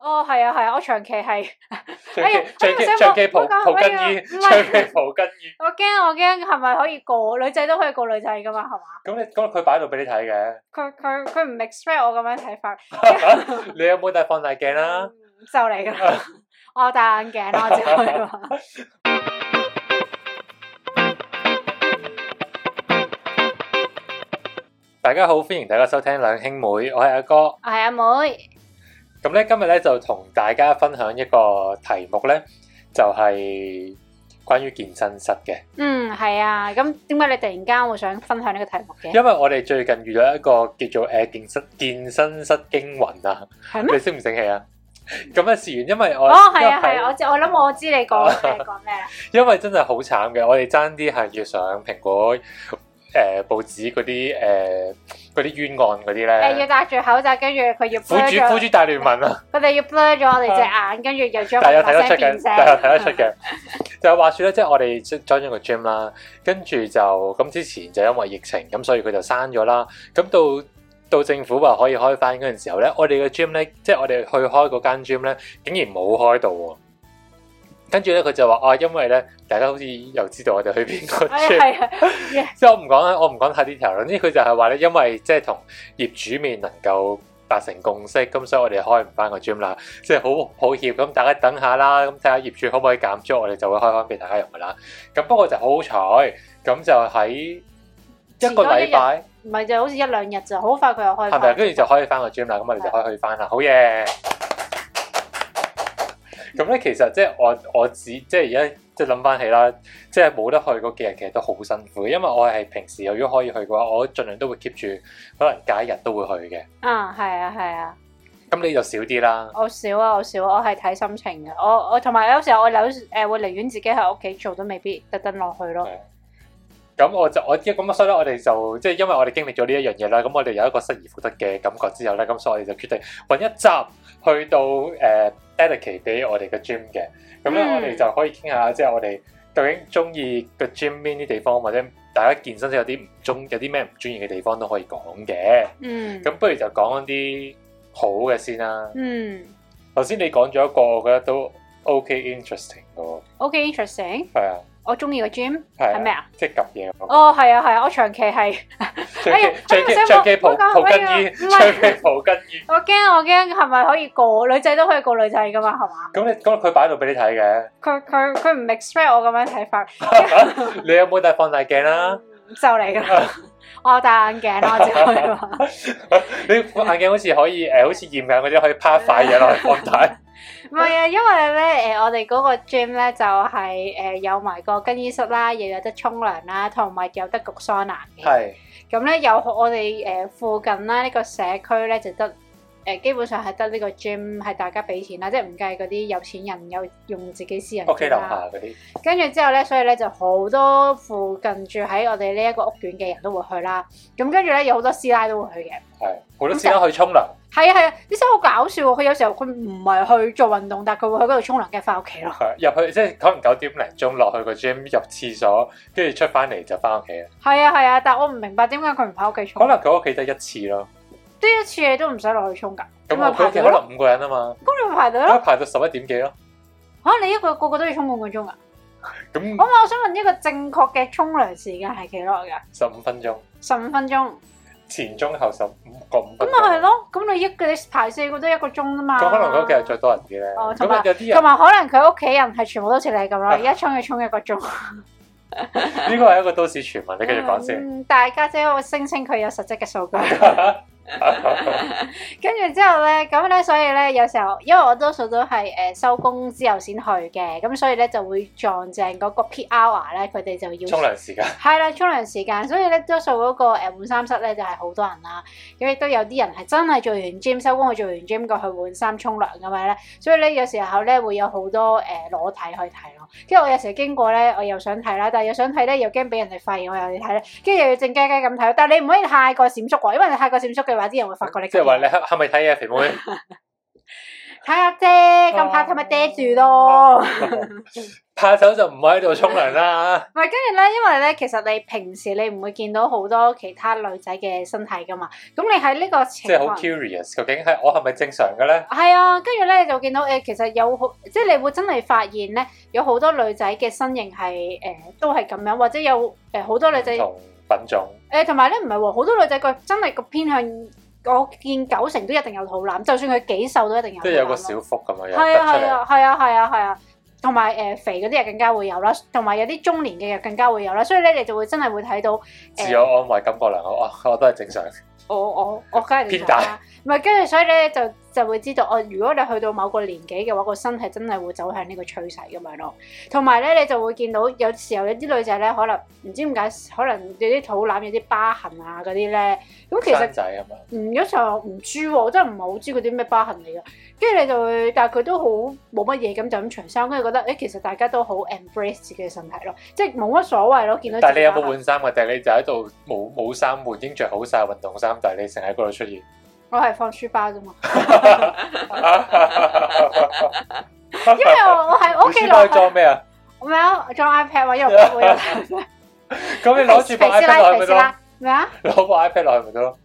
哦，係啊，係啊，我長期係，長哎呀期長哎期呀長期我蒲我講蒲哎緊呀衣，唔長係期蒲緊衣。我驚我驚係咪可以告女仔都可以告女仔噶嘛，係嘛？咁你咁佢擺到俾你睇嘅， 佢佢佢唔 expect 我咁樣睇啊法，你有冇戴放大 鏡啦？嗯就嚟噶啊啦， 我有戴眼鏡啦，我只可以話。大家好，歡迎大家收聽兩兄妹，我係阿哥。我 係阿啊妹，咁咧今日咧就同大家分享一個題目咧，就係、關於健身室嘅，嗯係啊，咁點解你突然間會想分享呢個題目嘅？因為我哋最近遇到一個叫做誒、呃健身健身室驚魂啊，係咩？你醒唔醒起啊？咁咧事源，因為我啊哦係啊係因啊，為我知我諗我知你講你講咩 啦，因為真係好慘嘅，我哋爭啲係要上蘋果誒、呃、報紙嗰啲誒嗰啲冤案嗰啲誒要咧，戴住口罩，跟住佢要苦 blur 主咗，苦主大聯盟啊！佢哋要 blur 咗我哋隻眼，跟住又將但係有睇把得出聲變嘅，聲，但係有睇得出嘅。就係話説咧，即係我哋 join 咗個 gym 啦，跟住就咁之前就因為疫情，咁所以佢就閂咗啦。咁到到政府話可以開翻嗰陣時候咧，我哋嘅 gym 咧，即係我哋去開嗰間 gym 咧，竟然冇開到喎。跟住咧，佢就話啊，因為咧，大家好似又知道我哋去邊個 gym，係啊係即係我唔講啦，我唔講太 detail 啦。總之佢就係話咧，因為即係同業主面能夠達成共識，咁所以我哋開唔翻個 gym 啦，即係好抱歉。咁大家等下啦，咁睇下業主可唔可以減租，我哋就會開翻俾大家用噶啦。咁不過就好彩，咁就喺一個禮拜唔係就好似一兩日就好快佢又開係返咪？啊跟住就開翻個 gym 啦，咁我哋就可以去翻啦，好嘢！咁咧其實即係我我只即係而家即係諗翻起啦，即係冇得去嗰幾日其實都好辛苦嘅，因為我係平時如果可以去嘅話，我盡量都會 keep 住，可能假日都會去嘅。啊係啊係啊。咁你就少啲啦，我少啊，我少，我係睇心情嘅。我我同埋有時候我有誒、呃、會寧願自己喺屋企做，都未必特登落去咯。咁我就我咁所以咧，我哋就即係因為我哋經歷咗呢一樣嘢啦，咁我哋有一個失而復得嘅感覺之後咧，咁所以我哋就決定揾一集去到誒 dedicate 俾我哋嘅 gym 嘅，咁咧嗯我哋就可以傾下，即係我哋究竟中意個 gym 邊啲地方，或者大家健身室有啲唔中，有啲咩唔中意嘅地方都可以講嘅。嗯，咁不如就講啲好嘅先啦。嗯頭先你講咗一個，我覺得都 OK interesting 嘅喎， ，OK interesting。係啊，我中意個 gym 係係啊咩啊？即係及嘢我覺得哦，係啊，係啊，我長期係， 最哎呀記最哎記呀最記我蒲講蒲哎呀巾衣，唔係最記蒲巾衣。我驚我驚係咪可以告女仔都可以告女仔噶嘛？係嘛？咁你咁佢擺到俾你睇嘅， 佢佢佢唔 expect 我咁樣睇法，你有冇戴放大鏡啊啦？嗯就嚟噶 啦。我有戴眼鏡啦，我只可以話。啊你副眼鏡好似可以誒，好似驗眼嗰啲可以趴塊嘢落去放 大。唔係啊，因為咧誒、呃我哋嗰個 gym 咧就係、呃有埋個更衣室啦，又有得沖涼啦，同埋有得焗桑拿嘅。係咁咧有我哋誒、呃附近啦，呢、個社區咧就得誒、呃基本上係得呢個 gym 係大家俾錢啦，即係唔計嗰啲有錢人有用自己私人屋企 gym 樓啦。下嗰啲，跟住之後咧，所以咧就好多附近住喺我哋呢一個屋苑嘅人都會去啦。咁跟住咧有好多師奶都會去嘅。係好多時間去沖涼。係啊係啊，啲生好搞笑喎！佢有時候佢唔係去做運動，但係佢會去嗰度沖涼，跟住翻屋企咯。係入去即係可能九點零鐘落去個 gym 入廁所，跟住出翻嚟就翻屋企啦。係啊係啊，但我唔明白點解佢唔喺屋企沖。可能佢屋企得一次咯，呢一次你都唔使落去沖㗎，咁咁咪我佢排屋企隊可咯。能五個人啊嘛，咁你咪排隊可能咯。排到十一點幾咯。嚇你一個個個都要沖半個鐘㗎。咁咁我想問一個正確嘅沖涼時間係幾耐㗎？十五分鐘十五分鐘。前中後十五個五分咁啊咪係鐘。咯，咁你一個你排四個都一個鐘啫嘛。咁可能佢屋企係再多人啲咧。哦咁啊有啲人同埋可能佢屋企人係全部都似你咁啦，而家沖佢沖一個鐘。呢個係一個都市傳聞，你繼續講先。嗯。大家姐我聲稱佢有實質嘅 數據。 嗯跟住之後咧，咁咧，所以咧，有時候因為我多數都係誒收工之後先去嘅，咁所以咧就會撞正嗰個 peak hour 咧，佢哋就沖要涼時間係啦，沖涼時間，所以咧多數嗰、個呃誒、換衫室咧就係、好多人啦，咁亦都有啲人係真係做完 gym 收工去做完 gym 過去換衫沖涼咁樣咧，所以咧有時候咧會有好多誒、呃裸體去睇咯，跟住我有時經過咧，我又想睇啦，但係又想睇咧又驚俾人哋發現我有去睇咧，跟住又要靜雞雞咁睇，但係你唔可以太過閃縮喎，因為你太過閃縮嘅話，啲人會發覺你即係話你係係咪睇嘢肥妹？ 哦睇下啫，近排睇咪遮住咯。怕醜就唔喺度沖 涼啦。唔係，跟住咧，因為咧，其實你平時你唔會見到好多其他女仔嘅身體噶嘛，咁你喺呢個即情係好況。 curious，究竟係我係咪正常嘅咧？係啊，跟住咧就見到誒、呃其實有好，即係你會真係發現咧，有好多女仔嘅身形係誒、呃都係咁樣，或者有誒好、多女仔同品種誒，同埋咧唔係喎，好多女仔佢真係個偏向，我見九成都一定有肚腩，就算佢幾瘦都一定有肚即腩咯。係有個小腹咁樣樣啊係啊突出係嚟。啊係啊係啊係啊，同埋誒肥嗰啲又更加會有啦，同埋有啲中年嘅又更加會有啦，所以咧你就會真係會睇到誒、自我安慰感覺良好，哇！我都係正常。我我我梗係唔想啦，唔係跟住所以咧就就會知道哦，如果你去到某個年紀嘅話，個身體真係會走向呢個趨勢咁樣咯。同埋咧，你就會見到有時候有啲女仔咧，可能唔知點解，可能有啲肚腩有啲疤痕啊嗰啲咧，咁其實生。仔咁樣，嗯，有時候唔知喎，我真係唔係好知佢啲咩疤痕嚟嘅。跟住你就會，但係佢都好冇乜嘢咁就咁長衫，跟住覺得誒、其實大家都好 embrace 自己嘅身體咯，即係冇乜所謂咯。見到 但係你有自己疤冇痕換衫啊嘅？定係你就喺度冇冇衫換，已經着好晒運動衫，但係你成日喺嗰度出現。我係放書包啫嘛， 因為我我喺你屋企書落包去 裝 咩啊？咩啊裝 iPad 嘛，因為我會有咁 你攞住部 iPad 落去咪得咯？咩啊？攞部 iPad 落去咪得咯？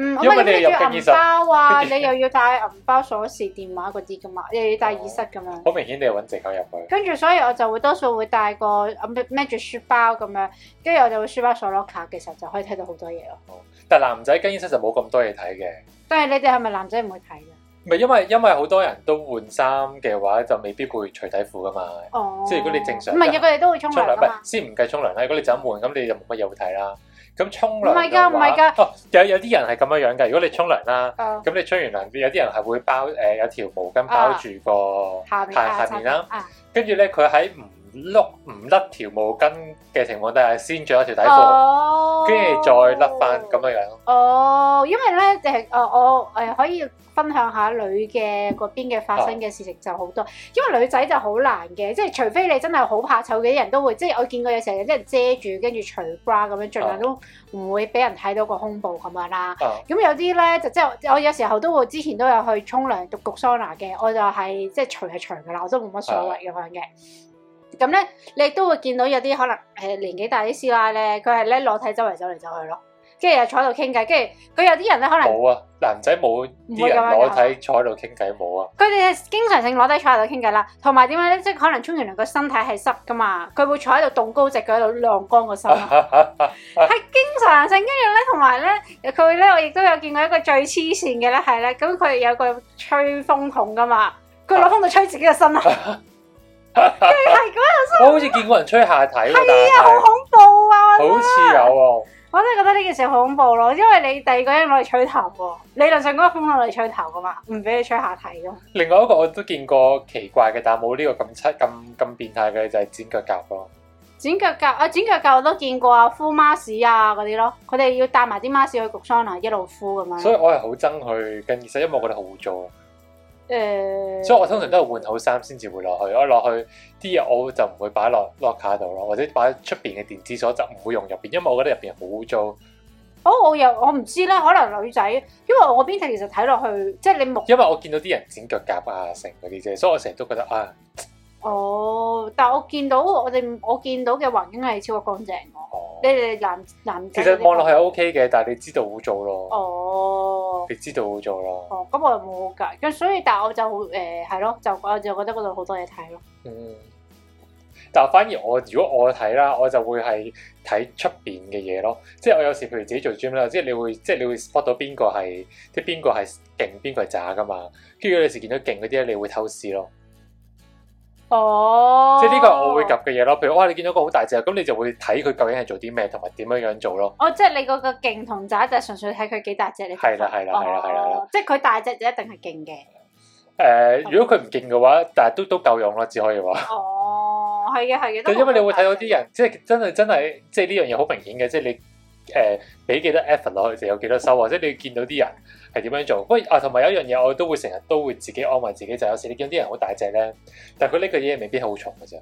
嗯，咁因為啊，你你哋入要緊銀耳包 啊，你又要帶銀包、鎖匙、電話嗰啲噶嘛，又要帶耳塞咁樣。好明顯你係揾藉口入去。跟住所以我就會多數會帶個啊孭孭住書包咁樣，跟住我就會書包鎖 lock 卡嘅時候就可以睇到好多嘢咯。但係男仔更衣室就冇咁多嘢睇嘅。但係你哋係咪男仔唔會睇嘅？唔係因為因為好多人都換衫嘅話，就未必會除底褲噶嘛。哦，即係如果你正常唔係嘅，佢哋都會沖沖涼涼唔噶嘛係。先唔計沖涼啦，如果你就咁換，咁你就冇乜嘢好睇啦。咁沖唔係涼㗎唔係㗎㗎，哦有有啲人係咁樣樣㗎。如果你沖涼啦，誒咁你吹完涼，有啲人係會包誒、有條毛巾包住個下面下啊下面啦，啊，跟住咧佢喺唔碌唔甩條毛巾嘅情況底下，先着一條底褲，哦，跟住再甩翻咁。樣樣。哦，因為咧就係誒我誒可以分享下女嘅嗰邊嘅發生嘅事情就好多，因為女仔就好難嘅，即係除非你真係好怕醜嘅人都會，即係我見過有時候有啲人遮住跟住除 bra 咁樣，儘量都唔會俾人睇到個胸部咁樣啦。啊，咁有啲咧就即係我有時候都會之前都有去沖涼獨焗桑拿嘅，我就係、即係除係除噶啦，我都冇乜所謂咁樣嘅。咁咧，你亦都會見到有啲可能誒、年紀大啲師奶咧，佢係咧裸體周圍走嚟走去咯，跟住又坐喺度傾偈，跟住佢有啲人咧可能冇啊，男仔冇啲人啊裸體坐喺度傾偈冇啊。佢哋係經常性攞低坐喺度傾偈啦，同埋點樣咧？即係可能沖完涼個身體係濕噶嘛，佢會坐喺度戙高隻腳喺度晾乾個身啦。啊係經常性，跟住咧，同埋咧，佢咧，我亦都有見過一個最黐線嘅咧，係咧，咁佢有個吹風筒噶嘛，佢攞風筒吹自己嘅身啊，係咁 我好似見過人吹下體喎，啊，好但恐怖啊！係好似有喎。我真係覺得呢件事好恐怖咯，因為你第二個人攞嚟吹頭喎，理論上嗰個風筒攞嚟吹頭噶嘛，唔俾你吹下體噶嘛。另外一個我都見過奇怪嘅，但係冇呢個咁七咁咁變態嘅就係剪腳甲咯。剪腳甲啊，剪腳甲我都見過啊，敷 mask 啊嗰啲咯，佢哋要帶埋啲 mask 去焗桑拿，一路敷咁樣。所以我係好憎去更衣室，因為我覺得好污糟啊。誒，所以我通常都係換好衫先至會落去，我落去啲嘢我就唔會擺落 locker 度咯，或者擺出邊嘅電子鎖就唔會用入邊，因為我覺得入邊好污糟。哦，我又我唔知咧，可能女仔，因為我嗰邊其實睇落去，即係你目因為我見到啲人剪腳甲啊成嗰啲啫，所以我成日都覺得啊，哦，但我見到我哋我見到嘅環境係超級乾淨嘅。哦你哋男男其仔實望落去 OK 嘅，但係你知道污糟咯，哦你知道污糟咯。哦，咁我又冇㗎，咁所以但我就誒係咯，就我就覺得嗰度好多嘢睇咯。嗯，但反而我如果我睇啦，我就會係睇出邊嘅嘢咯。即係我有時譬如自己做 gym 啦，即係你會即係你會 spot 到邊個係即係邊個係勁，邊個係渣噶嘛。跟住有時見到勁嗰啲咧，你會偷師咯。哦，即係呢個係我會及嘅嘢咯。譬如哇，你見到個好大隻，咁你就會睇佢究竟係做啲咩，同埋點樣樣做咯。哦，即係你嗰個勁同渣就係純粹睇佢幾大隻你就係啦係啦係啦係啦係啦哦即係佢大隻就一定係勁嘅。誒、如果佢唔勁嘅話，但係都都夠用咯，只可以話。哦，係嘅係嘅，都就因為你會睇好到啲大隻人，即係真係真係，即係呢樣嘢好明顯嘅，即係你誒俾幾多 effort 落去就有幾多收，或者你見到啲人係點樣做。喂啊，同埋有一樣嘢，我都會成日都會自己安慰自己，就係有時你見到啲人好大隻咧，但係佢拎嘅嘢未必好重嘅啫。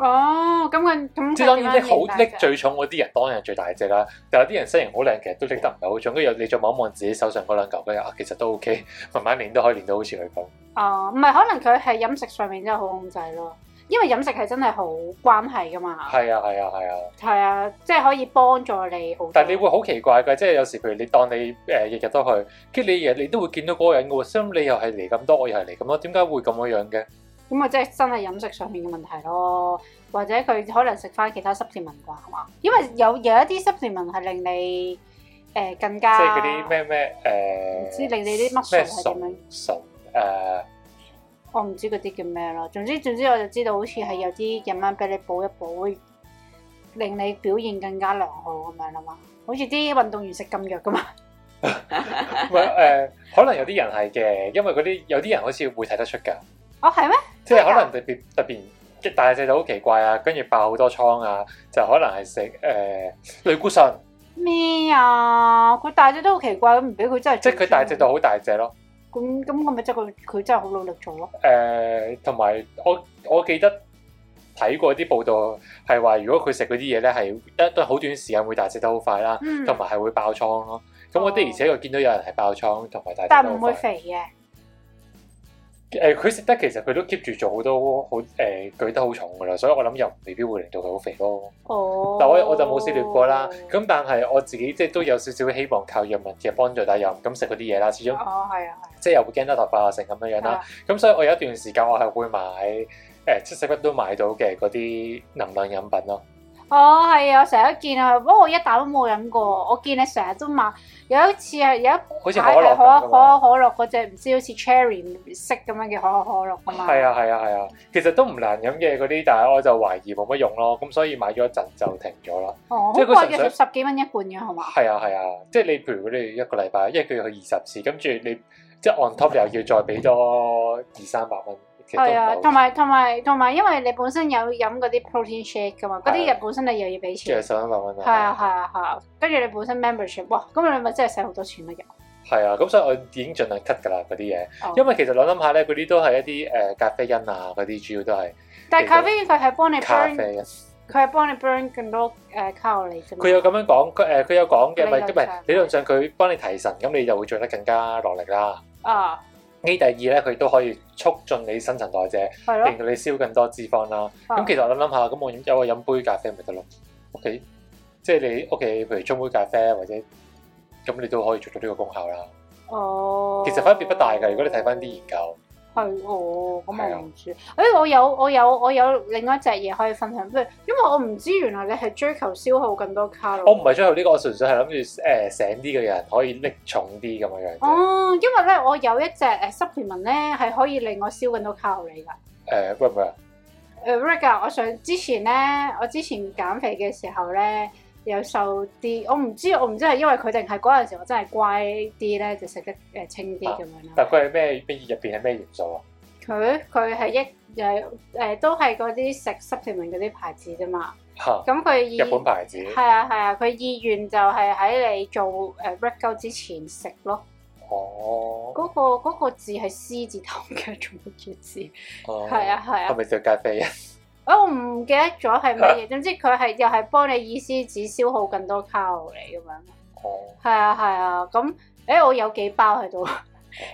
哦，咁佢咁即係佢當然點樣啊拎好練大拎隻最重嗰啲人當然係最大隻啦，但有啲人身形好靚，其實都拎得唔係好重，跟住有你再望一望自己手上嗰兩嚿嘅啊，其實都 OK，慢慢練都可以練到好似佢咁。哦，唔係，可能佢係飲食上面真係好控制咯。因為飲食係真係好關係噶嘛，係啊係啊係啊，係啊，即係可以幫助你好多。但係你會好奇怪嘅，即係有時譬如你當你誒日日都去，跟住你日日你都會見到嗰個人嘅喎，心你又係嚟咁多，我又係嚟咁多，點解會咁樣樣嘅？咁咪即係真係飲食上面嘅問題咯，或者佢可能食翻其他濕甜文啩係嘛？因為有有一啲濕甜文係令你誒、呃更即加係嗰啲咩咩唔知誒令你啲乜咩水呃係點樣熟？熟誒我唔知嗰啲叫咩咯。總之總之我就知道好似係有啲飲品俾你補一補，會令你表現更加良好咁樣啦嘛。好似啲運動員食禁藥噶嘛，唔係誒，呃可能有啲人係嘅，因為嗰啲有啲人好似會睇得出㗎。 哦係咩？即係可能特別特別即係大隻就好奇怪啊，跟住爆好多瘡啊，就可能係食誒類固醇，咩啊？佢大隻都好奇怪，咁唔俾佢真係即做係佢大隻到好大隻咯。咁咁，咁咪即係佢佢真係好努力做咯。誒呃同埋我我記得睇過啲報道係話，如果佢食嗰啲嘢咧係一都好短時間會大隻得好快啦，嗯，哦同埋係會爆瘡咯。咁我的而且確見到有人係爆瘡同埋大隻但得係唔好會快。肥嘅。誒佢食得其實佢都 keep 住做好多好誒舉得好重㗎啦，所以我諗又未必會令到佢好肥咯。哦，但我我就冇涉獵過啦。咁但係我自己即係都有少少希望靠藥物嘅幫助，但係又唔敢食嗰啲嘢啦。始終哦，係啊，即係又會驚得頭髮啊成咁樣樣係啦啊。，咁所以我有一段時間我係會買誒七十一都買到嘅嗰啲能量飲品咯。哦，係啊，我成日都見啊，不過我一啖都冇飲過。我見你成日都買，有一次係有一好似可排係可樂可咁啊。可樂嗰只，唔知好似 cherry 色咁樣嘅可可可樂噶嘛。係啊係啊係啊，其實都唔難飲嘅嗰啲，但係我就懷疑冇乜用咯，咁所以買咗一陣就停咗啦。哦，好即係佢貴純嘅，粹十十幾蚊一罐嘅係嘛？係啊係啊，即係你譬如你一個禮拜，一個月去二十次，跟住你即係 on top 又要再俾多二三百蚊，其實都係啊，唔同夠。埋同埋同埋，因為你本身有飲嗰啲 protein shake 噶嘛，嗰啲係啊嘢本身你又要俾即錢。係十蚊八蚊係啊係啊係啊，跟住你本身 membership，哇，咁你咪真係使好多錢咯又。係啊，咁所以我已經盡量 cut 㗎啦嗰啲嘢，哦因為其實我諗下咧，嗰啲都係一啲誒、呃咖啡因啊，嗰啲主要都係但係咖啡因佢係幫你咖 burn 啡因。佢係幫你 burn 更多誒卡路里啫嘛。佢有咁樣講，佢呃誒佢有講嘅，唔理論係上唔係理論上佢幫你提神，咁你就會做得更加落力啦。啊，呢第二咧，佢都可以促進你新陳代謝，係咯令。到你燒更多脂肪啦。啊咁其實我諗諗下，咁我有我飲杯咖啡咪得咯。屋企即係你屋企，譬如沖杯咖啡或者咁，你都可以做到呢個功效啦。哦，其實分別不大㗎，如果你睇翻啲研究。係哦，咁係啊我唔知。誒、我有我有我有另外一隻嘢可以分享，不如因為我唔知原來你係追求消耗更多卡路里。我唔係追求呢個，我純粹係諗住誒呃醒啲嘅人可以拎重啲咁樣樣啫。誒、哦，因為咧我有一隻誒 supplement 咧係可以令我燒更多卡路里㗎。喂唔喂，誒 r i c 啊，我想之前咧，我之前減肥嘅時候咧，有瘦啲，我唔知我唔知係因為佢定係嗰陣時我真係乖啲咧，就食得誒清啲咁樣啦。但佢係咩咩入邊係咩元素啊？佢佢係一誒誒、都係嗰啲食 supplement 嗰啲牌子啫嘛。嚇，咁佢意日本牌子。嗯係啊係啊，佢意願就係喺你做誒 r e c o 之前食咯。哦，嗰、個嗰、個字係獅字頭嘅，仲乜嘢字？哦係，啊係係啊，咪叫咖啡啊？啊我唔記得咗係乜嘢，總之佢係又係幫你意思只消耗更多卡路里咁樣。哦，係啊係啊，咁誒、欸我有幾包喺度，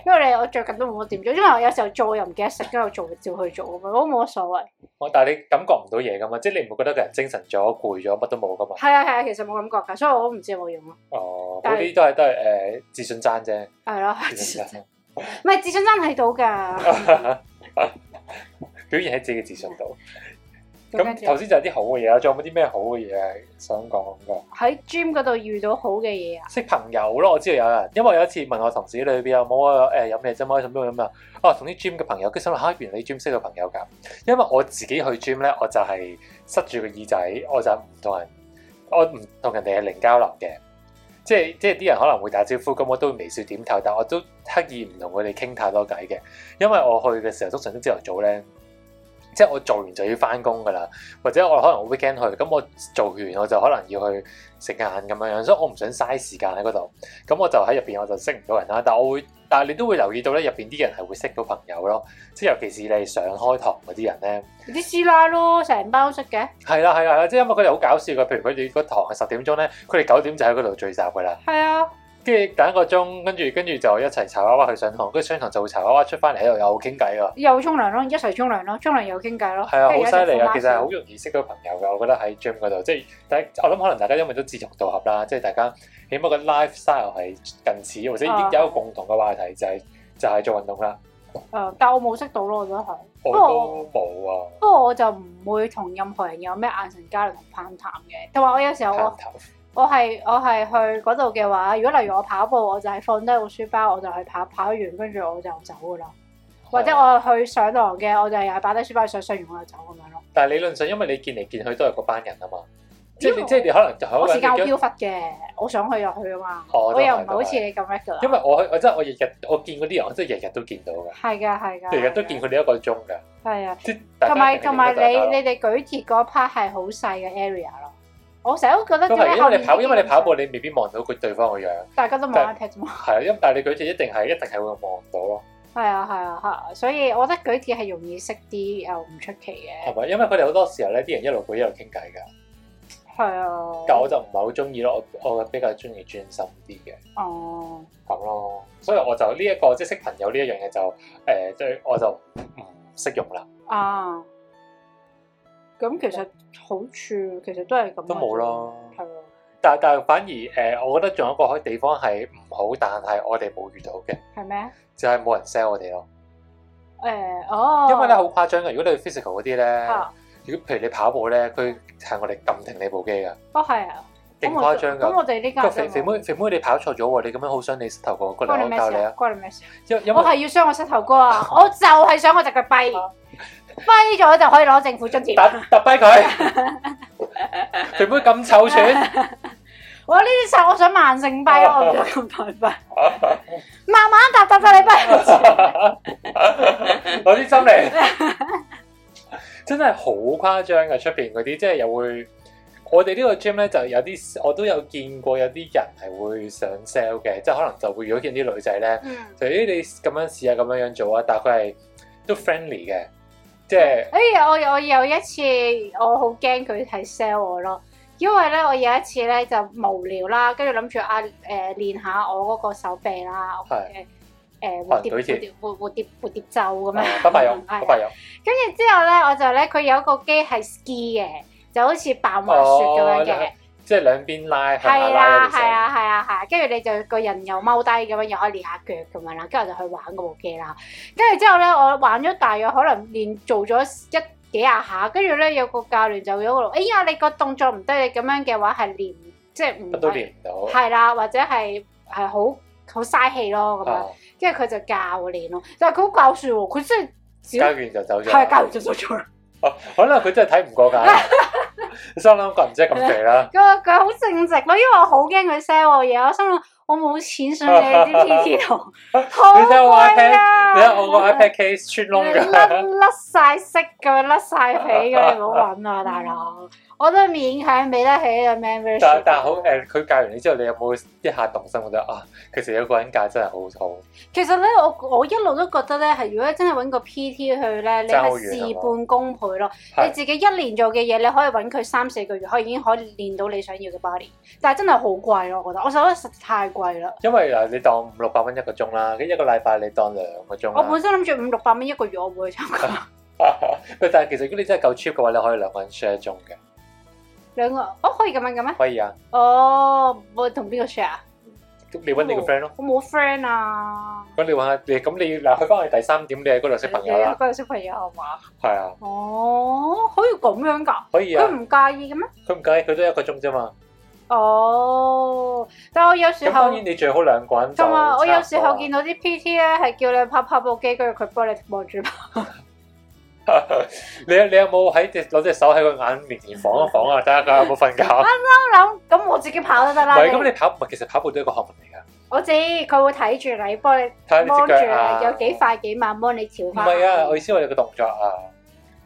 因為你我最近都冇乜點做，因為我有時候做又唔記得食，跟住我做照去做咁樣，我冇乜所謂。哦但係你感覺唔到嘢噶嘛，即係你唔會覺得個人精神咗、攰咗、乜都冇噶嘛。係啊係啊，其實冇感覺㗎，所以我都唔知有冇用咯。哦，但嗰係啲都係都係誒自信爭啫，係咯，自信爭。唔係自信真係到 㗎。表現喺自己嘅自信度。嗯跟咁住頭先就係啲好嘅嘢啦，仲有冇啲咩好嘅嘢係想講㗎？喺 gym 嗰度遇到好嘅嘢啊，識朋友咯，我知道有人，因為有一次問我同事裏邊有冇啊誒飲嘢啫嘛，咁樣咁啊，哦同啲 gym 嘅朋友，跟住心諗嚇，原來你 gym 識到朋友㗎，因為我自己去 gym 咧，我就係塞住個耳仔，我就唔同人，我唔同人哋係零交流嘅，即係即係啲人可能會打招呼，咁我都會微笑點頭，但我都刻意唔同佢哋傾太多偈嘅，因為我去嘅時候通常都朝頭早咧。即係我做完就要翻工㗎啦，或者我可能 weekend 去，咁我做完我就可能要去食晏咁樣樣，所以我唔想嘥時間喺嗰度。咁我就喺入邊我就識唔到人啦。但我會，但係你都會留意到咧，入邊啲人係會識到朋友咯。即係尤其是你上開堂嗰啲人咧，啲師奶咯，成包識嘅。係啦係啦係啦，即係因為佢哋好搞笑嘅。譬如佢哋個堂係十點鐘咧，佢哋九點就喺嗰度聚集㗎啦。係啊，跟住等一個鐘，跟住跟住就一齊柴娃娃去上堂，跟住上堂就會柴娃娃出翻嚟喺度又傾偈啊！又沖涼咯，一齊沖涼咯，沖涼又傾偈咯，係啊，跟好住犀有一隻利啊！虎媽其實係好容易識到朋友㗎，我覺得喺 gym 嗰度，即係大家我諗可能大家因為都志同道合啦，即係大家起碼個 lifestyle 係近似，或者已經啊有一個共同嘅話題就係、就係、做運動啦。誒，哦但我冇識到咯，我都係。不我過都冇啊，不過我就唔會同任何人有咩眼神交流同攀談嘅，同埋我有時候我探頭我係我係去嗰度嘅話，如果例如我跑步，我就係放低個書包，我就去跑，跑完跟住我就走噶啊啦。或者我去上堂嘅，我就係擺低書包上上完我就走咁樣咯。但係理論上，因為你見嚟見去都係嗰班人啊嘛，即係因為你我即係你可能就我時間好喺飄度。忽嘅，我想去就去啊嘛。哦都我係又唔係好都係似你咁叻噶因啦。為我去我真係我日日我見嗰啲人，我真係日日都見到㗎，啊係㗎係㗎。日日都見佢哋一個鐘㗎，係啊，即係大家同埋一定同埋見到大家咯你你哋舉鐵嗰 part 係好細嘅 area 咯。我成日都覺得都點係解因後為面你跑，啲因為你跑咁步細，你未必望到佢對方個樣，大家都冇眼踢啫嘛。係啊，因但係你舉住一定係一定係會望到咯，係啊係啊係啊，所以我覺得舉鐵係容易識啲又唔出奇嘅。係咪？因為佢哋好多時候咧，啲人一路舉一路傾偈㗎，係啊。但我就唔係好中意咯，我我比較中意專心啲嘅哦。咁咯，所以我就呢一個即係識朋友呢一樣嘢就誒，即係我就唔適用啦，啊，咁其實好處其實都係咁，都冇，咯。係咯，但但反而誒、呃我覺得仲有一個地方係唔好，但係我哋冇遇到嘅，係咩？就係、冇人 sell 我哋咯。誒，哦，因為咧好誇張嘅，如果你去 physical 嗰啲咧，啊，如果譬如你跑步咧，佢係我哋撳停你部機㗎，哦係啊，勁咁我誇張咁㗎。我哋呢間個肥肥妹肥妹你跑錯咗喎，你咁樣好傷你膝頭哥，個關嚟你我咩教事你啊？啊。關你咩事啊？因因為我係要傷我膝頭哥啊！我就係想我隻腳跛，啊跛咗就可以攞政府津打貼。打 跛佢，肥妹咁臭串，我呢啲就我想慢性跛咯，我哦唔想咁大跛，慢慢搭搭搭你跛。攞啲針嚟，真係好誇張㗎！出邊嗰啲即係又會，我哋呢個 gym 咧就有啲，我都有見過有啲人係會上 sell 嘅，即係可能就會如果見啲女仔咧，嗯，就咦你咁樣試下咁樣樣做啊，但係佢係都 friendly 嘅，即係哎呀，我我有一次我好驚佢係 sell 我咯，因為咧我有一次咧就無聊啦，跟住諗住啊誒、練下我嗰個手臂啦，係啊誒誒蝴蝶蝴舉鐵蝶蝴蝴蝶蝴蝶袖咁樣，嗯啊拜拜有，係拜拜有，跟住之後咧我就咧佢有一個機係 ski 嘅，就好似扮滑雪咁樣嘅。哦即係兩邊拉向下係拉啦，係嗰啊條啦，係啦，係啦，跟住你就個人又踎低咁樣，又可以練下腳咁樣啦，跟住我就去玩嗰部機啦。跟住之後咧，我玩咗大約可能練做咗一幾廿下，跟住咧有個教練就喺嗰度，哎呀，你個動作唔得，你咁樣嘅話係練即係唔乜都練唔到，係啦，或者係係好好嘥氣咯咁樣。啊跟住佢就教我練咯，但係佢好搞笑喎，佢真係只交完就走咗。係教啊完就走咗啦。可能佢真係睇唔過 眼，心諗個人真係咁肥啦。佢話佢好正直咯，因為我好驚佢 sell 我嘢，我心諗我冇錢想你啲 P T 圖，好你睇我貴 iPad，啊！你睇我個 iPad case 穿窿㗎，甩甩晒色咁，甩晒皮嘅，你唔好揾我大佬，我都勉強俾得起啊嘅 membership。 但但係好誒，佢教完你之後，你有冇一下動心覺得啊？其實有個人教真係好好，其實咧，我我一路都覺得咧，係如果真係揾個 P T 去咧，你爭好係遠事係嘛半功倍咯。係你自己一年做嘅嘢，你可以揾佢三四個月，可以已經可以練到你想要嘅 body，但係真係好貴咯，我覺得，我覺得實在太貴啦。因為啊嗱，你當五六百蚊一個鐘啦，跟一個禮拜你當兩個鐘我本啦。身諗住五六百蚊一個月，我會去參加 佢 但係其實如果你真係夠 cheap 嘅話，你可以兩個人 share 一鐘嘅，兩個，哦可以咁樣嘅咩？可以啊。哦，我同邊個 share 啊？咁你揾你個 friend 咯，我冇 friend 啊。咁你揾下你，咁你嗱去翻去第三點，你喺嗰度識朋友啦，嗰個小朋友係嘛？係啊，哦，可以咁樣㗎？可以佢啊，唔介意嘅咩？佢唔介意，佢都一個鐘啫嘛。哦，但我有時咁候當然你最好兩個人就同埋我有時候見見到啲 PT 咧係叫你拍拍部機，跟住佢幫你望住拍。 你你有冇喺隻攞隻手喺個眼面前晃一晃啊？睇下 佢有冇瞓覺。唔我諗咁我自己跑都得啦。係咁，你你跑唔係其實跑步都係一個學問嚟㗎，我知佢會睇住你，幫你睇下你 mon 隻住腳啊，你有幾快幾慢，幫你調唔翻。係啊，我意思話你個動作啊，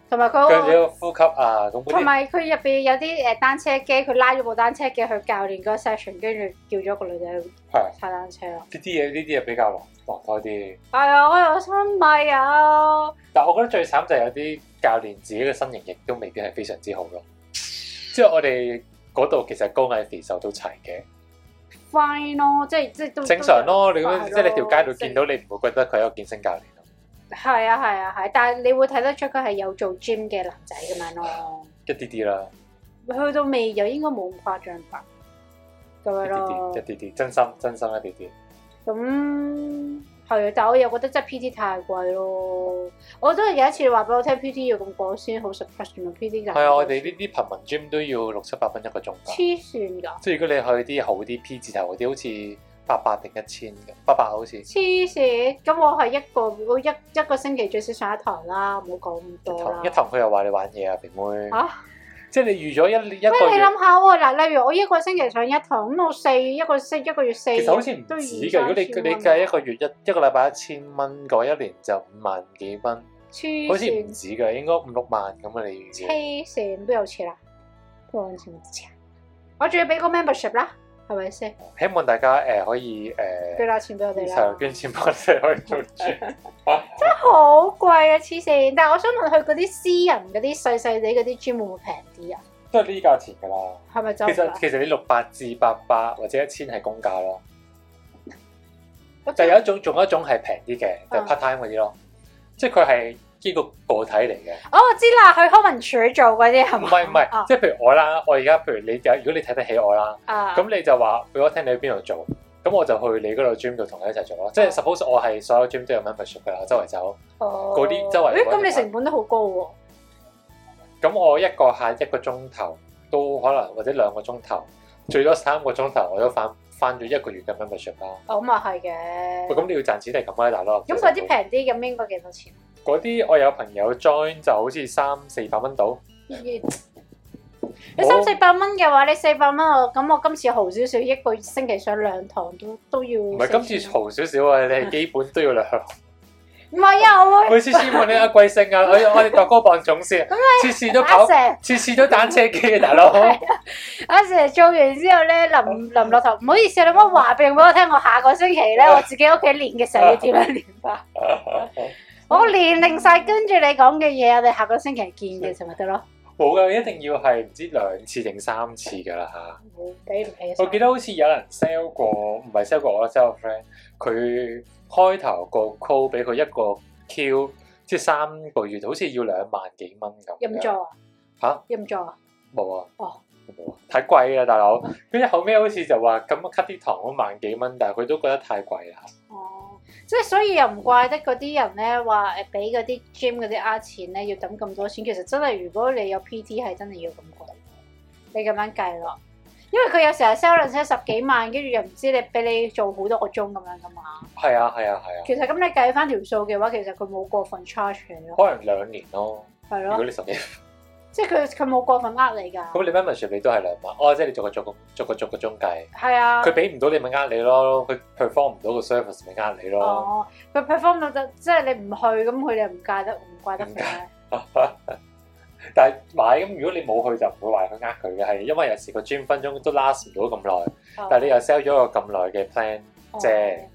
同埋佢佢你個呼吸啊，咁嗰同啲埋佢入邊有啲誒單車機，佢拉咗部單車機去教練嗰 session，跟住叫咗個女仔去係踩單車咯。呢啲嘢呢啲嘢比較難難多啲。係啊，我有心咪啊！但我覺得最慘就係有啲教練自己嘅身形亦都未必係非常之好咯。即係我哋嗰度其實高矮肥瘦都齊嘅， fine 咯，即係即係都正常咯。嗯都你有辦法即係你條街度即係見到，你唔會覺得佢係一個健身教練咯。係啊係啊係，但係你會睇得出佢係有做 gym 嘅男仔咁樣咯。一啲啲啦，去到未就應該冇咁誇張吧，咁一樣啲 啲，一咯。啲啲，真心真心一啲啲。咁係啊，但我又覺得真係 PT 太貴咯。我都係有一次話俾我聽，PT 要咁貴先好 surprise，原來 PT 就係啊，我哋呢啲貧民 gym 都要六七百蚊一個鐘㗎。黐線㗎，即係如果你去啲好啲 P 字頭嗰啲，好似八百定一千嘅，八百好似一黐線！咁我係一個我一一個星期最少上一堂啦，唔好講咁多啦堂一。堂佢又話你玩嘢啊，肥妹。啊！即係你預咗一一喂，個你月，諗下喎，嗱，例如我一個星期上一堂，咁我四一個星一個月四，其實好似唔都止二嘅。如果你三千你蚊計一個月一一個禮拜一千蚊，嗰一年就五萬幾蚊，黐好似唔線止嘅，應該五六萬咁啊！你預嘅黐線，邊有錢啊？邊有錢啊？我仲要俾個 membership 啦，係咪先？希望大家誒、呃可以俾誒下錢俾我哋啦上，捐錢幫我哋可以做住。 真係好貴啊！黐線，但係我想問佢嗰啲私人嗰啲細細哋嗰啲 gym 會唔會平啲啊？都係呢價錢㗎啦。係咪走其唔實甩？其實你六百至八百或者一千係公價咯，我就真係有一種仲有一種係平啲嘅，就嗯 part time 嗰啲咯，即係佢係呢個個體嚟嘅。哦，我知啦，去康文署做嗰啲係唔咪？係唔係，啊即係譬如我啦，我而家譬如你有，如果你睇得起我啦，啊，咁你就話俾我聽你去邊度做，咁我就去你嗰度 gym 度同你一齊做咯。即係 suppose 我係所有 gym 都有 membership 㗎啦，周圍走。嗰嗰啲周誒，圍嗰啲咁你成本都好高喎。咁我一個客一個鐘頭都可能或者兩個鐘頭，最多三個鐘頭我都翻翻咗一個月嘅 membership 啦。咁啊係嘅。喂，咁你要賺錢係咁啦，大佬。咁嗰啲平啲，咁應該幾多錢？ 嗰啲我有朋友 join 就好似三四百蚊到，你好三四百蚊嘅話，你四百蚊我咁我今次豪少少，一個星期上兩堂都都要。唔唔係今次嘈少少啊，你係基本都要兩。唔係啊，我會每次先問你阿貴姓啊，我我哋度高磅重先，次次都阿跑，成次次都單車機嘅大佬。阿成做完之後咧，臨臨落堂，唔好意思，你幫我話俾我聽，我下個星期咧我自己屋企練嘅時候要點樣練法。我練定晒，跟住你講嘅嘢，我哋下個星期見嘅時候咪得咯。冇噶，一定要係唔知兩次定三次㗎啦嚇。唔俾唔起。我記得好似有人 sell 過，唔係 sell 過我啦，sell 個 friend，佢開頭個 call 俾佢一個 Q，即係三個月，好似要兩萬幾蚊咁樣。飲咗啊？嚇？飲咗啊？冇啊。哦冇啊，太貴啦，大佬。跟住後尾好似就話咁啊 cut 啲糖都萬幾蚊，但係佢都覺得太貴啦。哦，即係所以又唔怪得嗰啲人咧話誒俾嗰啲 gym 嗰啲 R 錢咧要抌咁多錢，其實真係如果你有 PT 係真係要咁貴，你咁樣計落，因為佢有時候 sell 兩 s 十幾萬，跟住又唔知你俾你做好多個鐘咁樣噶嘛。係啊，係啊，係啊，其實咁你計翻條數嘅話，其實佢冇過分 charge 你咯，可能兩年咯。係如果咯，你十幾，即係佢佢冇過分呃你咁㗎，你 membership 你都係兩萬，哦，即係你逐個逐個逐個逐個鐘計，係啊。佢俾唔到你咪呃你咯，佢 perform 唔到個 service 咪呃你咯。哦，佢 perform 到得，即係你唔去，咁佢哋唔怪得唔怪得佢咧。但係買咁，如果你冇去就唔會話佢呃佢嘅，係因為有時個 gym 分鐘都 last 唔到咁耐， 但係你又 sell 咗個咁耐嘅 plan，哦正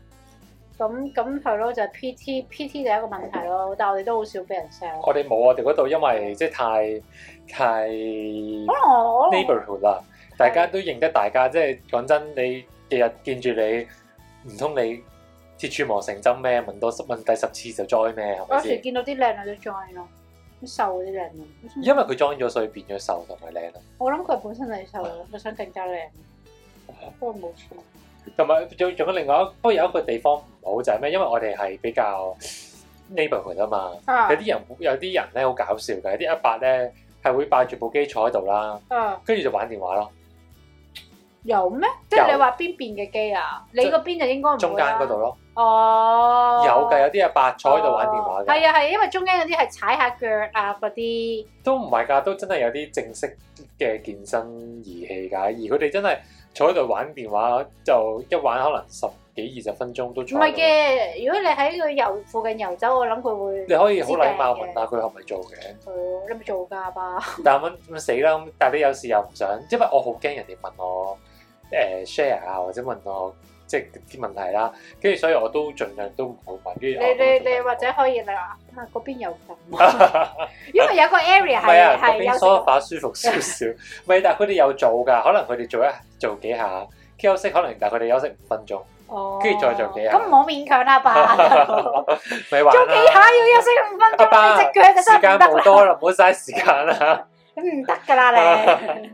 咁咁係咯，就係 PT PT 就係一個問題咯，但係我哋都好少俾人 sell。我哋冇我哋嗰度，因為即係太太哦可能我我 neighborhood 啦，大家都認得大家，即係講真，你日日見住你，唔通你鐵柱磨成針咩？問多問第十次就 join 咩？係我有咪時先？見到啲靚女都 join 咯，啲瘦嗰啲靚女。因為佢 join 咗，所以變咗瘦同埋靚啦。我諗佢本身就係瘦 咯，佢想更加靚，不過冇錢。同埋仲仲有另外一，不過有一個地方唔好就係咩？因為我哋係比較 neighborhood 啊嘛，啊有啲人有啲人咧好搞笑嘅，有啲阿伯咧係會霸住部機坐喺度啦，啊，跟住就玩電話咯，有咩？即係有你話邊邊嘅機啊？你嗰邊就應該唔會啦中間嗰度。咯，哦，有嘅，有啲阿伯坐喺度玩電話哦嘅。係啊係，因為中間嗰啲係踩下腳啊嗰啲。都唔係㗎，都真係有啲正式嘅健身儀器㗎，而佢哋真係坐喺度玩電話，就一玩可能十幾二十分鐘都唔坐喺係度。嘅，如果你喺佢遊附近遊走，我諗佢會。你可以好禮貌問下佢係咪做嘅，係咯，你咪做㗎吧？但係咁咁死啦！咁但係你有時又唔想，因為我好驚人哋問我誒、share 啊，或者問我即係啲問題啦，跟住所以我都盡量都唔好問。跟你住我都盡你你量或者可以你話啊嗰邊有 Ờ. 咁，因為有個 area 唔係係啊，嗰係有邊食啊梳化舒服少少。唔係，但係佢哋有做㗎，可能佢哋做一做幾下，休息可能但係佢哋休息五分鐘，哦，跟住再做幾下咁唔好勉強啦， 爸。啊做咪玩幾下啦。要休息五分阿爸鐘，你只腳就時間真係唔 冇得多啦，啦，唔好嘥時間啦。咁唔得㗎 啦你。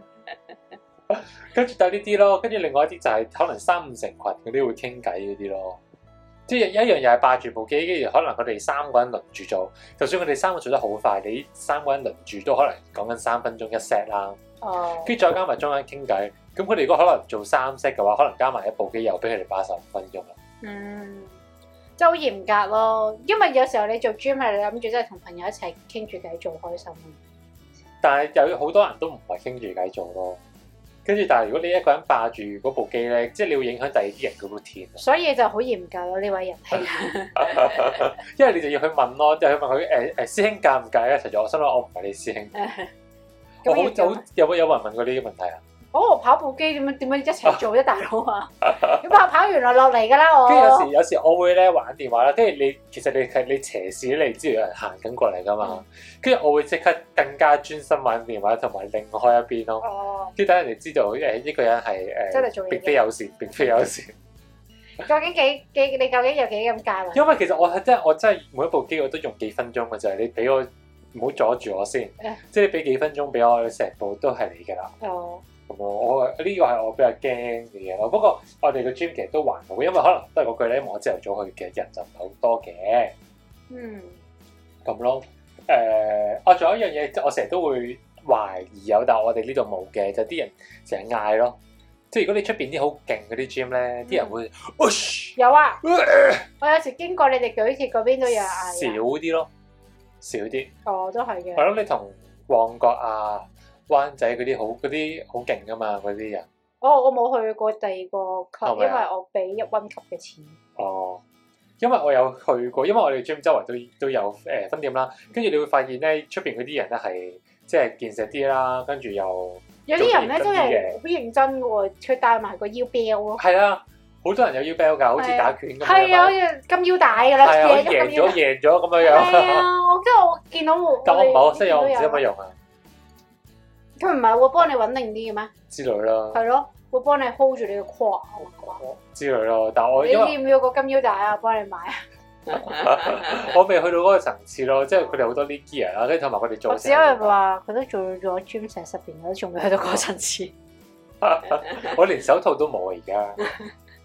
跟住就呢啲咯，跟住另外一啲就係可能三五成群嗰啲會傾偈嗰啲咯。即係一樣又係霸住部機，跟住可能佢哋三個人輪住做，就算佢哋三個做得好快，你三個人輪住都可能講緊三分鐘一 set 啦。哦，跟住再加埋中間傾偈，咁佢哋如果可能做三 set 嘅話，可能加埋一部機又俾佢哋八十五分鐘啦。嗯，即係好嚴格咯，因為有時候你做 gym 係你諗住真係同朋友一齊傾住偈做開心。但係有好多人都唔係傾住偈做咯。跟住但係如果你一個人霸住嗰部機咧，即係你會影響第二啲人嘅 routine 啊。所以就好嚴格咯，呢位仁兄。因為你就要去問咯，就去問佢誒誒師兄介唔介啊？其實我心諗我唔係你師兄， 我好咁要好有冇有冇人問過呢啲問題啊？哦，跑步機點樣點樣一齊做啫，大佬 啊！咁跑跑完就落嚟㗎啦，跟住有時我。有時我會咧玩電話啦，跟住你其實你係你斜視你知道有人行緊過嚟噶嗯嘛，跟住我會即刻更加專心玩電話同埋另開一邊咯。哦，跟住等人哋知道誒呢個人係啊真係做誒嘢嗯並非友善，並非友善。究竟幾幾你究竟有幾咁啊介懷？因為其實我係真係我真係每一部機我都用幾分鐘嘅就係你俾我唔好阻住我先嗯，即係你俾幾分鐘俾我，成部都係你㗎啦。哦，咁咯，我呢個係我比較驚嘅嘢咯。不過我哋個 gym 其實都還好，因為可能都係嗰句咧，因為我朝頭早去嘅人就唔係好多嘅嗯，咁咯。誒、我仲有一樣嘢，我成日都會懷疑有，但係我哋呢度冇嘅，就係啲、人成日嗌咯。即係如果你出邊啲好勁嗰啲 gym 咧，啲人會 Whoosh 有啊，我有時經過你哋舉鐵嗰邊都有人呃少嗌啲咯，少啲。啊。哦，都係我嘅。諗你同旺角啊、灣仔嗰啲好嗰啲好勁噶嘛，嗰啲人。哦，我冇去過第二個係 club，咪因啊為我俾一温級嘅錢。哦，因為我有去過，因為我哋 gym 周圍都都有誒、呃分店啦，跟住你會發現咧，出邊嗰啲人咧係即係健碩啲啦，跟住又有啲人咧真做認真啲嘅係好認真嘅喎，佢戴埋個腰錶咯。係啦，好多人有腰 bell 㗎，好似係啊打拳咁樣係啊，好嘛。似金腰帶㗎啦，係啊，我咗贏金腰咗帶。贏咗咁樣係 樣，啊，我跟住我見到我。但我唔係好哋識用，我唔知見到有有乜用啊佢唔係會幫你穩定啲嘅咩？之類啦，係咯，會幫你 hold 住你個胯。之類咯。但我你因為要唔要個金腰帶啊？幫你買啊！我未去到嗰個層次咯，即係佢哋好多啲 gear 啦，跟住同埋佢哋做我成只可以話佢都做咗 gym 成十年，都仲未去到嗰層次，我連手套都冇啊而家。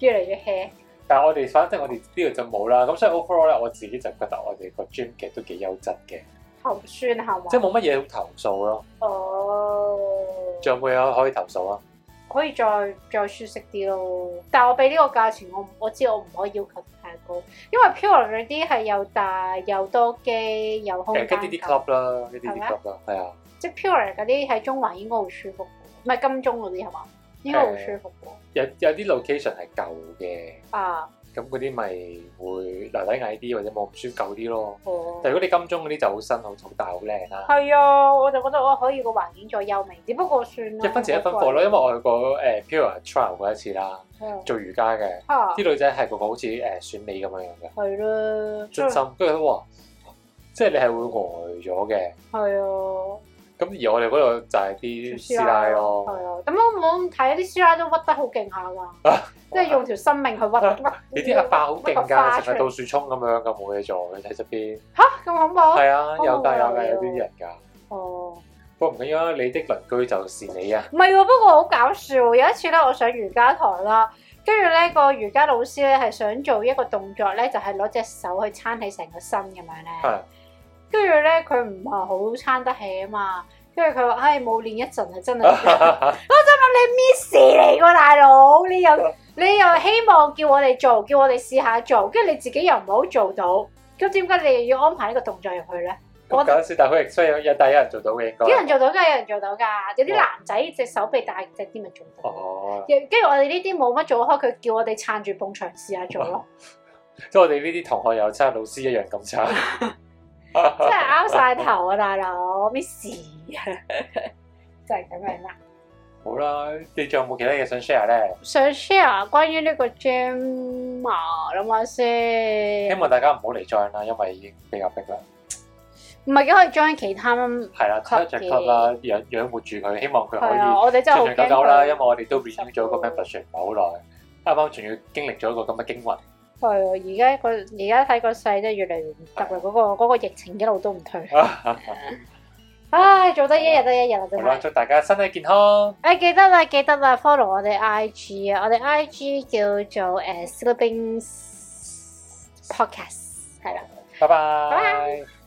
越嚟越 hea。但係我哋反正我哋呢度就冇啦，咁所以 overall 咧，我自己就覺得我哋個 gym 其實都幾優質嘅，頭酸係嘛即係？冇乜嘢好投訴咯。哦，仲有冇嘢可以投訴啊？可以再再舒適啲咯。但係我俾呢個價錢，我唔我知我唔可以要求太高，因為 Pure 嗰啲係又大又多機又空誒，間跟呢啲感， club 啦，跟呢係啲咩 club 啦，係啊，即係 Pure 嗰啲喺中環應該好舒服，唔係金鐘嗰啲係嘛？應該好舒服喎。有有啲 location 係舊嘅，啊，咁嗰啲咪會樓底矮啲或者冇咁酸舊啲咯。哦但。如果你金鐘嗰啲就好新、好好大、好靚啦，係啊，我就覺得我可以個環境再優美，只不過算啦。一分錢一分貨咯。因為我去過誒 Pure Trial 嗰一次啦，係做瑜伽嘅，啊，啲女仔係個個好似誒選美咁樣樣嘅，係啦，真心跟住哇，即係你係會呆咗嘅。係啊，咁而我哋嗰度就係啲師奶咯，係啊，咁我冇睇啲師奶都屈得好勁下㗎， 即係用條生命去屈你屈。啲阿伯好勁㗎，屈個花出成嚟日到處衝咁樣㗎，冇嘢做嘅喺側邊。嚇咁恐怖？係啊，哦有㗎有係啊㗎，有啲人㗎。哦，不過唔緊要啦，啊你的鄰居就是你 啊！唔係喎，不過好搞笑喎。有一次咧，我上瑜伽堂啦。跟住咧，個瑜伽老師咧係想做一個動作咧，就係攞隻手去撐起成個身咁樣咧。係跟住咧，佢唔係好撐得起啊嘛。跟住佢話：唉，冇練一陣係真係 唔得。你 miss 嚟喎，大佬，你又你又希望叫我哋做，叫我哋試下做，跟住你自己又唔好做到，咁點解你又要安排呢個動作入去咧？咁搞笑，但係佢 expect 有有第一人做到嘅應該。有人做到㗎，有人做到㗎，有啲男仔隻手臂大隻啲咪做到。哦，跟住我哋呢啲冇乜做開，佢叫我哋撐住埲牆試下做 咯，即係我哋呢啲同學又差，老師一樣咁 差。 真係拗晒頭啊，大佬，miss 啊，就係咁樣啦。好啦，你仲有冇其他嘢想 share 咧？想 share 啊關於呢個 gym 啊，諗下希先。望大家唔好嚟 join 啦，因為已經比較逼啦。唔係嘅，可以 join 其他。係係啦， Club 一隻 club 啦，養養活住佢，希望佢可以啊，我哋真係好長長久久啦。因為驚佢。我哋都 renew 咗個 membership 唔係好耐，啱啱仲要經歷咗一個咁嘅驚魂。係啊，而家個而家睇個勢真係越嚟越唔得啦，嗰個嗰個疫情一路都唔退。唉，做得一日得一日啦，真啊好啦，係。祝大家身體健康，誒記哎得啦，記得啦，follow 我哋 IG 啊，我哋 IG 叫做呃誒 Sleeping Podcast，係啦。拜拜拜。